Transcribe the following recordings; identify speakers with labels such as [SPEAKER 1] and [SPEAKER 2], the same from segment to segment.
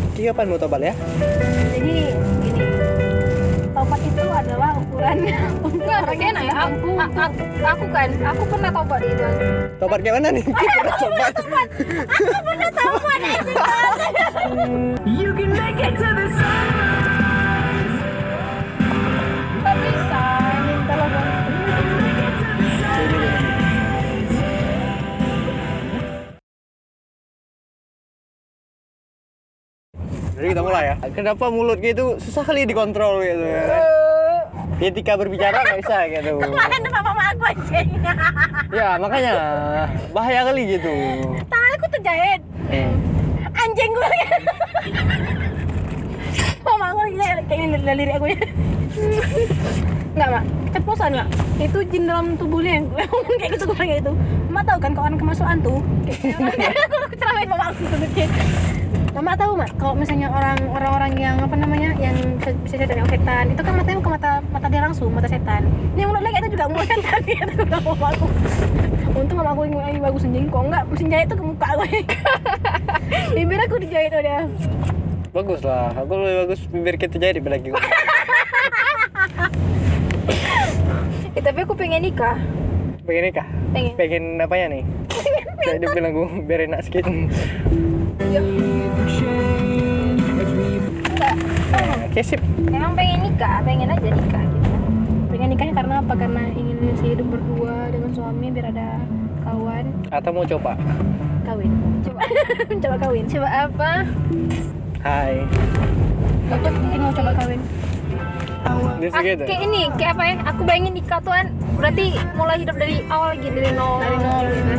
[SPEAKER 1] rasio apa mutobal ya?
[SPEAKER 2] Jadi gini, tobat itu adalah ukuran untuk
[SPEAKER 3] Enggak,
[SPEAKER 2] orang yang
[SPEAKER 3] kasihan ya.
[SPEAKER 2] sudah
[SPEAKER 3] Aku, aku, aku kan, aku pernah tobat itu.
[SPEAKER 1] Tobat kayak mana nih? Pernah tobat.
[SPEAKER 3] Tapi bisa, minta lo dong.
[SPEAKER 1] Jadi kita mulai ya. Kenapa mulutnya itu susah kali dikontrol gitu ya? kan? Ketika berbicara nggak bisa gitu.
[SPEAKER 2] Kan sama mama aku anjing.
[SPEAKER 1] Ya makanya bahaya kali gitu.
[SPEAKER 2] Tangan aku terjahit.
[SPEAKER 1] Eh.
[SPEAKER 2] Anjing Oh, gue. mama aku kayak kayak ini dari lirik aku ya. Enggak, Mak. Keposan enggak? Itu jin dalam tubuhnya yang gue ngomong kayak gitu, gue kayak gitu. Mak tahu kan kalau anak kemasukan tuh. Kayak aku aku ceramahin mama aku tuh kayak. Mama tahu mak, kalau misalnya orang orang orang yang apa namanya yang bisa, bisa setan yang setan itu kan matanya ke mata mata dia langsung mata setan. Ini mulutnya kayak itu juga mulut setan ya tuh kalau mama aku. Untung mama aku yang yang bagus anjing, kok enggak mesin jahit tuh ke muka gue. Bibir aku dijahit udah.
[SPEAKER 1] Bagus lah, aku lebih bagus bibir kita jadi gitu. daripada gigi.
[SPEAKER 3] Eh, tapi aku pengen nikah.
[SPEAKER 1] Pengen nikah?
[SPEAKER 3] Pengen.
[SPEAKER 1] Pengen apanya nih? Kayak dia bilang gue biar enak sedikit.
[SPEAKER 3] Enggak.
[SPEAKER 1] Nah, Oke sip.
[SPEAKER 3] Emang pengen nikah, pengen aja nikah gitu.
[SPEAKER 2] Pengen nikahnya karena apa? Karena ingin hidup berdua dengan suami biar ada kawan
[SPEAKER 1] Atau mau coba?
[SPEAKER 2] kawin.
[SPEAKER 3] Coba,
[SPEAKER 2] coba kawin.
[SPEAKER 3] coba apa?
[SPEAKER 1] Hai.
[SPEAKER 2] Aku ingin mau coba kawin.
[SPEAKER 1] Dia gitu.
[SPEAKER 3] Ah,
[SPEAKER 1] segitu.
[SPEAKER 3] kayak ini, kayak apa ya? Aku bayangin nikah tuh kan berarti mulai hidup dari awal lagi dari nol.
[SPEAKER 2] Dari nol gitu.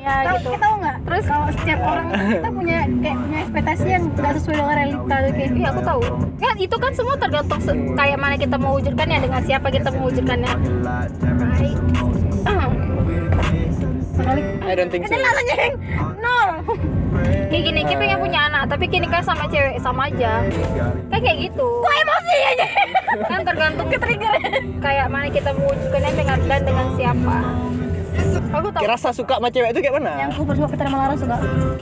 [SPEAKER 3] Ya
[SPEAKER 2] Tahu
[SPEAKER 3] gitu.
[SPEAKER 2] kita tahu nggak?
[SPEAKER 3] Terus? eh,
[SPEAKER 2] kalau setiap orang kita punya kayak punya ekspektasi yang tidak sesuai dengan realita tuh kayak
[SPEAKER 3] Iya aku tahu. Kan itu kan semua tergantung se- kayak mana kita mewujudkannya dengan siapa kita Ah, mewujudkannya. Baik.
[SPEAKER 2] sekali.
[SPEAKER 1] I don't think so.
[SPEAKER 2] Anjing, nol.
[SPEAKER 3] Kayak gini, kita pengen punya anak, tapi kini kan sama cewek sama aja. Kayak kayak gitu.
[SPEAKER 2] Kok emosi aja?
[SPEAKER 3] Kan tergantung ke trigger. Kayak mana kita mewujudkannya dengan dan dengan siapa. Aku tahu.
[SPEAKER 1] Kayak rasa suka sama cewek itu kayak mana?
[SPEAKER 2] Yang aku bersuka kita malah suka.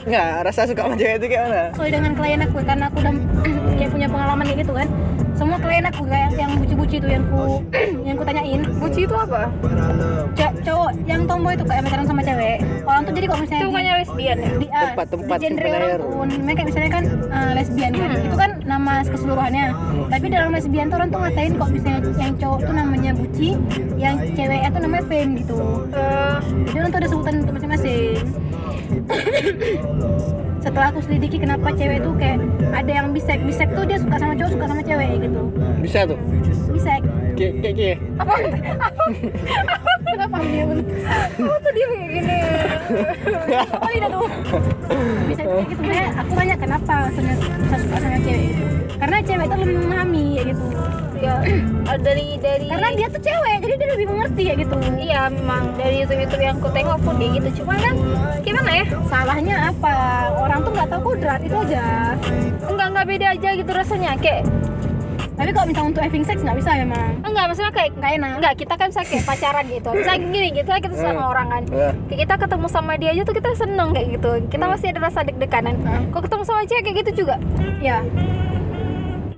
[SPEAKER 1] Enggak, rasa suka sama cewek itu kayak mana?
[SPEAKER 2] Sesuai dengan klien aku karena aku udah kayak punya pengalaman kayak gitu kan. Semua klien aku kayak yang buci-buci tuh yang ku yang ku tanyain.
[SPEAKER 3] Buci itu apa?
[SPEAKER 2] Cewek- cowok yang tomboy tuh kayak pacaran sama cewek. Orang tuh jadi kalau misalnya
[SPEAKER 3] Itu
[SPEAKER 2] di-
[SPEAKER 3] bukannya lesbian ya?
[SPEAKER 2] di ah,
[SPEAKER 1] Tempat-tempat
[SPEAKER 2] di genre
[SPEAKER 1] simpen
[SPEAKER 2] orang
[SPEAKER 1] air.
[SPEAKER 2] pun mereka kayak misalnya kan ah, lesbian kan
[SPEAKER 3] Hmm.
[SPEAKER 2] itu kan nama keseluruhannya tapi dalam lesbian tuh orang tuh ngatain kok misalnya yang cowok tuh namanya buci yang ceweknya tuh namanya fem gitu
[SPEAKER 3] Eh,
[SPEAKER 2] jadi orang tuh ada sebutan untuk masing-masing setelah aku selidiki kenapa cewek tuh kayak ada yang bisek bisek tuh dia suka sama cowok suka sama cewek gitu
[SPEAKER 1] Bisa tuh.
[SPEAKER 2] bisek
[SPEAKER 1] Kayak kayak kayak.
[SPEAKER 3] apa?
[SPEAKER 2] kenapa dia
[SPEAKER 3] Apa tuh dia kayak gini?
[SPEAKER 2] oh iya tuh bisa kayak gitu Makanya aku tanya kenapa sebenarnya bisa suka sama cewek gitu karena cewek tuh lebih memahami ya gitu
[SPEAKER 3] Ya, dari dari
[SPEAKER 2] karena dia tuh cewek jadi dia lebih mengerti ya gitu
[SPEAKER 3] Iya memang dari YouTube-YouTube yang aku tengok pun kayak gitu Cuman kan gimana ya
[SPEAKER 2] salahnya apa orang tuh nggak tahu kodrat itu aja
[SPEAKER 3] Enggak, enggak beda aja gitu rasanya Kayak
[SPEAKER 2] tapi kalau minta untuk having sex nggak bisa memang
[SPEAKER 3] enggak maksudnya kayak
[SPEAKER 2] nggak enak
[SPEAKER 3] Enggak, kita kan bisa kayak pacaran gitu Misalnya gini, gitu kan kita sama orang kan
[SPEAKER 1] Iya.
[SPEAKER 3] Kayak kita ketemu sama dia aja tuh kita seneng kayak gitu Kita masih ada rasa deg-deganan
[SPEAKER 2] Hmm.
[SPEAKER 3] Kok ketemu sama cewek kayak gitu juga
[SPEAKER 2] ya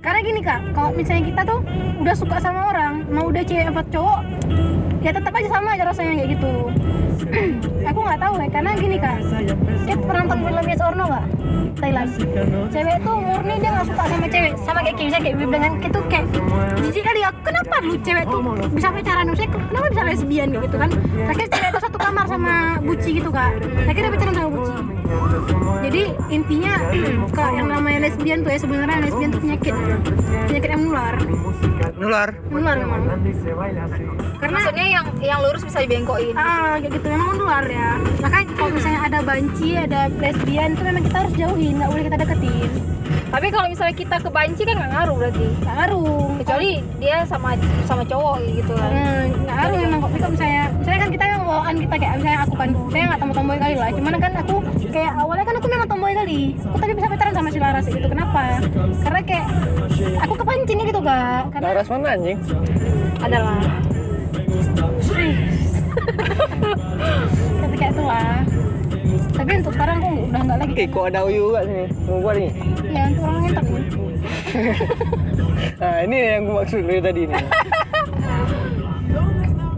[SPEAKER 2] karena gini kak kalau misalnya kita tuh udah suka sama orang mau udah cewek apa cowok ya tetap aja sama aja rasanya kayak gitu aku nggak tahu ya karena gini kak kita pernah nonton film Yes or No nggak Thailand cewek tuh murni dia nggak suka sama cewek sama kayak Kim kayak Bibi dengan itu kayak jijik kali aku kenapa lu cewek tuh bisa pacaran maksudnya kenapa bisa lesbian kayak gitu kan akhirnya cewek itu satu kamar sama buci gitu kak akhirnya pacaran sama buci jadi intinya kak yang namanya lesbian tuh ya sebenarnya lesbian tuh penyakit penyakit yang menular
[SPEAKER 1] Nular.
[SPEAKER 2] menular memang karena
[SPEAKER 3] Maksudnya yang yang lurus bisa dibengkokin
[SPEAKER 2] ah kayak gitu memang menular ya makanya kalau misalnya ada banci ada lesbian tuh memang kita harus jauhin nggak boleh kita deketin
[SPEAKER 3] Tapi kalau misalnya kita kebanci kan nggak ngaruh berarti
[SPEAKER 2] nggak ngaruh
[SPEAKER 3] Kecuali dia sama sama cowok kayak gitu kan
[SPEAKER 2] Hmm, nggak ngaruh memang kok Tapi kalau misalnya misalnya kan kita yang bawaan kita kayak misalnya aku kan saya nggak tambah tomboy kali lah cuman kan aku kayak awalnya kan aku memang tomboy kali aku tadi bisa pacaran sama si Laras gitu kenapa karena kayak aku kepancing gitu kak karena
[SPEAKER 1] Laras mana anjing?
[SPEAKER 3] Adalah
[SPEAKER 2] Tapi kayak itulah tapi untuk sekarang aku udah nggak lagi
[SPEAKER 1] Oke, kok ada uyu gak sini? Mau buat ini?
[SPEAKER 2] ya untuk orang hitam
[SPEAKER 1] Nah, ini yang gue maksud dari tadi nih.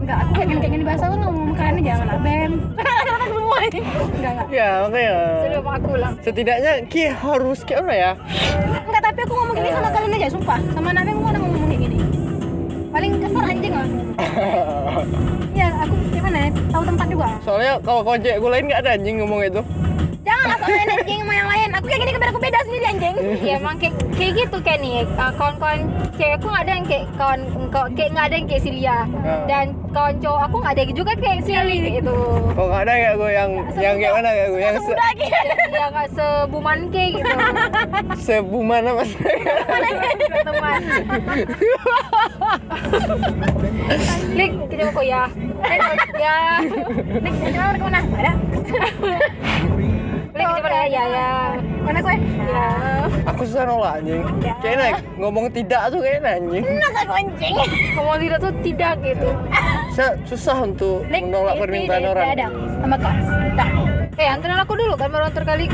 [SPEAKER 2] nggak aku kayak gini kayak gini bahasa tuh nggak mau makan jangan lah bem semua ini nggak nggak
[SPEAKER 1] ya, makanya.
[SPEAKER 3] Sebelum aku ulang.
[SPEAKER 1] Setidaknya Ki harus kayak mana ya?
[SPEAKER 2] Enggak, tapi aku ngomong gini sama kalian aja, sumpah. Sama Nabi aku nggak ngomong kayak gini. Paling kasar anjing lah. ya, aku gimana ya? Tahu tempat juga.
[SPEAKER 1] Soalnya kalau kocek gue lain gak ada anjing ngomong itu.
[SPEAKER 2] Jangan asal main anjing sama yang lain. Aku kayak gini kepada aku beda sendiri anjing.
[SPEAKER 3] ya emang kayak, kayak gitu kan nih uh, kawan-kawan cewek aku nggak ada yang kayak kawan kawan- kayak nggak ada yang kayak Silia dan kawan cowok aku nggak ada juga kayak Sili kayak gitu
[SPEAKER 1] Kok gak ada kayak gue yang yang kayak mana kayak gue yang se
[SPEAKER 2] Udah lagi.
[SPEAKER 3] ya nggak sebuman kayak gitu
[SPEAKER 1] sebumana mas.
[SPEAKER 3] teman Lik kita mau kok ya Lik ya
[SPEAKER 2] Nih, jangan ke mana? Ada.
[SPEAKER 3] Lik kita mau ya ya
[SPEAKER 2] Mana gue?
[SPEAKER 3] ya
[SPEAKER 1] Aku susah nolak anjing. Kayak naik ngomong tidak tuh kayak anjing.
[SPEAKER 2] Enak aku anjing.
[SPEAKER 3] ngomong tidak tuh tidak gitu
[SPEAKER 1] Saya susah untuk
[SPEAKER 2] Lik,
[SPEAKER 1] menolak
[SPEAKER 2] ini
[SPEAKER 1] permintaan
[SPEAKER 2] dari
[SPEAKER 1] orang.
[SPEAKER 2] Dadang sama kau. Dah.
[SPEAKER 3] eh anterin aku dulu kan baru antar kali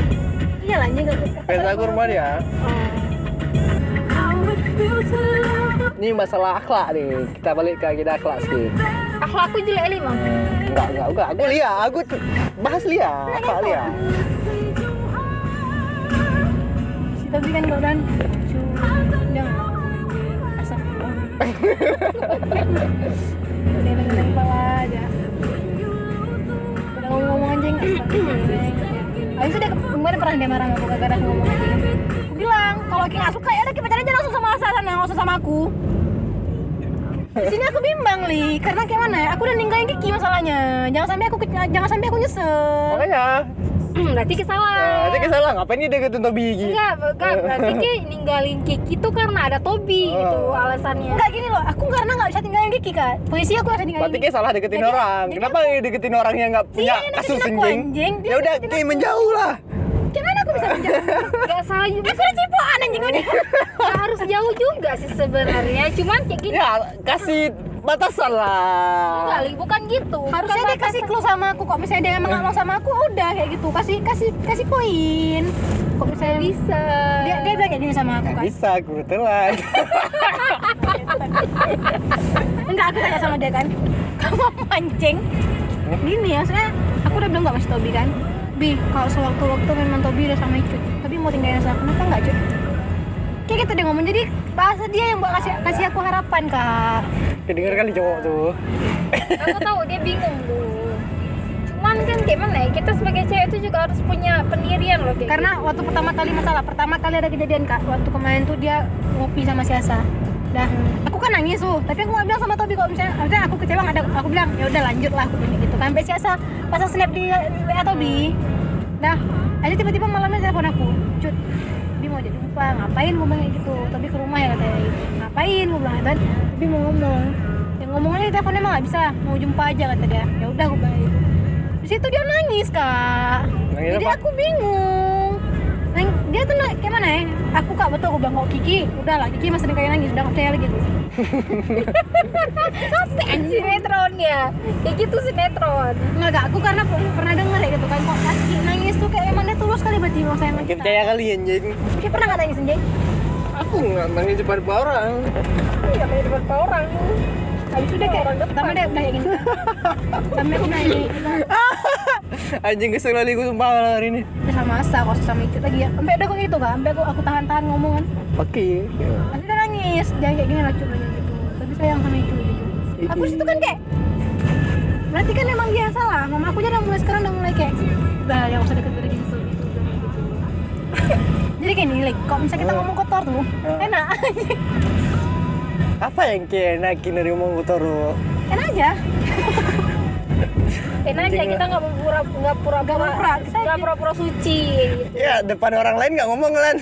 [SPEAKER 2] Iya lah anjing aku.
[SPEAKER 1] Pesta aku rumah dia. Ini masalah akhlak nih. Kita balik ke agenda akhlak sedikit.
[SPEAKER 3] akhlak aku jelek Lik emang
[SPEAKER 1] Enggak, enggak, enggak. Aku Lia, aku t- bahas Lia, akhlak Lia.
[SPEAKER 2] Tapi kan kau dan jangan asap. Udah dengan kepala aja. Udah ngomong anjing. astagfirullah. Habis itu dia ke- kemarin pernah dia marah sama aku gara-gara aku ngomong anjing. Aku bilang kalau Ki nggak suka ya udah Ki pacaran aja langsung sama Asa sana, nggak usah sama aku. Di sini aku bimbang li, karena kayak mana ya? Aku udah ninggalin Kiki masalahnya. Jangan sampai aku ke- jangan sampai aku nyesel.
[SPEAKER 1] Makanya,
[SPEAKER 3] Hmm, berarti
[SPEAKER 1] nah,
[SPEAKER 3] kesalahan
[SPEAKER 1] nanti kesalahan ngapain dia deketin Tobi gini?
[SPEAKER 3] Enggak, enggak. Berarti dia ninggalin Kiki tuh karena ada Tobi
[SPEAKER 1] Oh.
[SPEAKER 3] gitu alasannya.
[SPEAKER 2] Enggak gini loh, aku karena nggak bisa tinggalin Kiki kak. Posisi aku harus tinggalin
[SPEAKER 1] Berarti kayak salah deketin
[SPEAKER 2] Jadi-
[SPEAKER 1] orang.
[SPEAKER 2] jadi
[SPEAKER 1] Kenapa deketin orang yang nggak punya
[SPEAKER 2] yang
[SPEAKER 1] kasus
[SPEAKER 2] deketin aku, anjing.
[SPEAKER 1] anjing?
[SPEAKER 2] Dia
[SPEAKER 1] Ya udah, kayak menjauh lah.
[SPEAKER 2] Gimana aku bisa menjauh?
[SPEAKER 3] Enggak salah juga.
[SPEAKER 2] aku udah cipokan anjing ini.
[SPEAKER 3] Enggak harus jauh juga sih sebenarnya. Cuman kayak gini.
[SPEAKER 1] Ya kasih batasan
[SPEAKER 2] Iya.
[SPEAKER 3] Enggak,
[SPEAKER 1] lah.
[SPEAKER 3] Li, bukan gitu.
[SPEAKER 2] Harusnya
[SPEAKER 3] Bukan
[SPEAKER 2] dia kasih clue sama aku kok misalnya dia emang nggak mau sama aku udah kayak gitu. Kasih kasih kasih poin. Kok misalnya
[SPEAKER 3] bisa.
[SPEAKER 2] dia dia bilang kayak gini sama aku
[SPEAKER 1] Nggak
[SPEAKER 2] kan.
[SPEAKER 1] bisa, aku telan.
[SPEAKER 2] Enggak aku tanya sama dia kan. Kamu mancing. Gini ya, maksudnya aku udah bilang nggak masih Tobi kan. Bi, kalau sewaktu-waktu memang Tobi udah sama Icut. Tapi mau tinggalin sama kenapa nggak Icut? Kayak gitu dia ngomong. Jadi bahasa dia yang buat kasih kasih aku harapan kak.
[SPEAKER 1] Kedengar kali cowok tuh.
[SPEAKER 3] aku tahu dia bingung dulu. Cuman kan kayak mana ya? Kita sebagai cewek itu juga harus punya pendirian loh kayak
[SPEAKER 2] karena waktu pertama kali masalah pertama kali ada kejadian kak waktu kemarin tuh dia ngopi sama si Asa dah aku kan nangis tuh tapi aku nggak bilang sama Tobi kalau misalnya maksudnya aku kecewa nggak ada aku bilang ya udah lanjut lah aku bilang gitu kan sampai si Asa pasang snap di, di WA Tobi dah Nah, aja tiba-tiba malamnya telepon aku cut Tobi mau jadi lupa ngapain gue bilang kayak gitu Tobi ke rumah ya katanya gitu. ngapain gue bilang kan Tobi mau ngomong yang ngomongnya di teleponnya emang nggak bisa mau jumpa aja kata dia ya udah aku bilang gitu di situ dia nangis kak
[SPEAKER 1] Nangis
[SPEAKER 2] jadi
[SPEAKER 1] apa?
[SPEAKER 2] aku bingung Nang, dia tuh na- kayak mana ya aku kak betul aku bilang kok Kiki udah lah Kiki masih kayak nangis udah gitu. nggak percaya lagi aku
[SPEAKER 3] Sampai sinetron ya. Kayak gitu sinetron.
[SPEAKER 2] nggak nggak, aku karena pernah, pernah denger ya gitu kan kok kaki nangis tuh kayak emang dia tulus kali berarti mau sayang sama
[SPEAKER 1] Makin
[SPEAKER 2] kita
[SPEAKER 1] percaya kali anjing.
[SPEAKER 2] Kiki pernah nggak nangis anjing
[SPEAKER 1] Aku nggak nangis depan orang.
[SPEAKER 3] Iya, kayak depan orang.
[SPEAKER 2] habis itu dia kayak
[SPEAKER 3] Orang depan.
[SPEAKER 2] pertama dia udah kayak gini sampai aku nanya
[SPEAKER 1] Anjing kesel kali gue sumpah malam hari ini.
[SPEAKER 2] udah sama Asa kok sama itu lagi ya sampai udah kok gitu kan sampai aku aku tahan-tahan ngomong kan
[SPEAKER 1] Oke.
[SPEAKER 2] Nanti dia nangis, jangan kayak gini lah cuy gitu. Tapi sayang sama itu gitu. Aku situ kan kayak berarti kan emang dia yang salah. Mama aku aja udah mulai sekarang udah mulai kayak udah yang usah deket dari gitu gitu. udah gitu." Jadi kayak nih, like, kalau misalnya kita
[SPEAKER 1] Oh.
[SPEAKER 2] ngomong kotor tuh, enak,
[SPEAKER 1] Apa yang kayak naikin dari omong kotor lu?
[SPEAKER 2] enak aja.
[SPEAKER 3] Enak aja kita nggak pura nggak pura
[SPEAKER 2] Iya. Nggak pura-pura.
[SPEAKER 3] nggak pura-pura suci.
[SPEAKER 1] Ya
[SPEAKER 2] Iya.
[SPEAKER 1] depan orang lain nggak ngomong kan?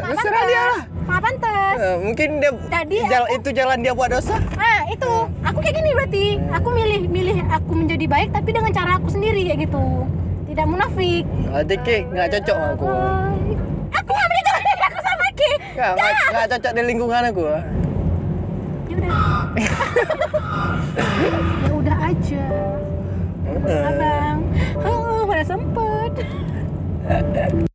[SPEAKER 1] Terserah dia lah.
[SPEAKER 2] Maaf pantes.
[SPEAKER 1] Eh, mungkin dia
[SPEAKER 2] Tadi
[SPEAKER 1] jal- itu jalan dia buat dosa.
[SPEAKER 2] Ah itu, aku kayak gini berarti.
[SPEAKER 1] Oh.
[SPEAKER 2] Aku milih milih aku menjadi baik tapi dengan cara aku sendiri kayak gitu. Tidak munafik. Eh,
[SPEAKER 1] Adik nggak cocok sama Oh, aku.
[SPEAKER 2] Aku nggak menjadi diri aku sama Ki.
[SPEAKER 1] Nggak nggak- nggak cocok di lingkungan aku.
[SPEAKER 2] ya udah ya udah aja abang oh, pada nggak sempet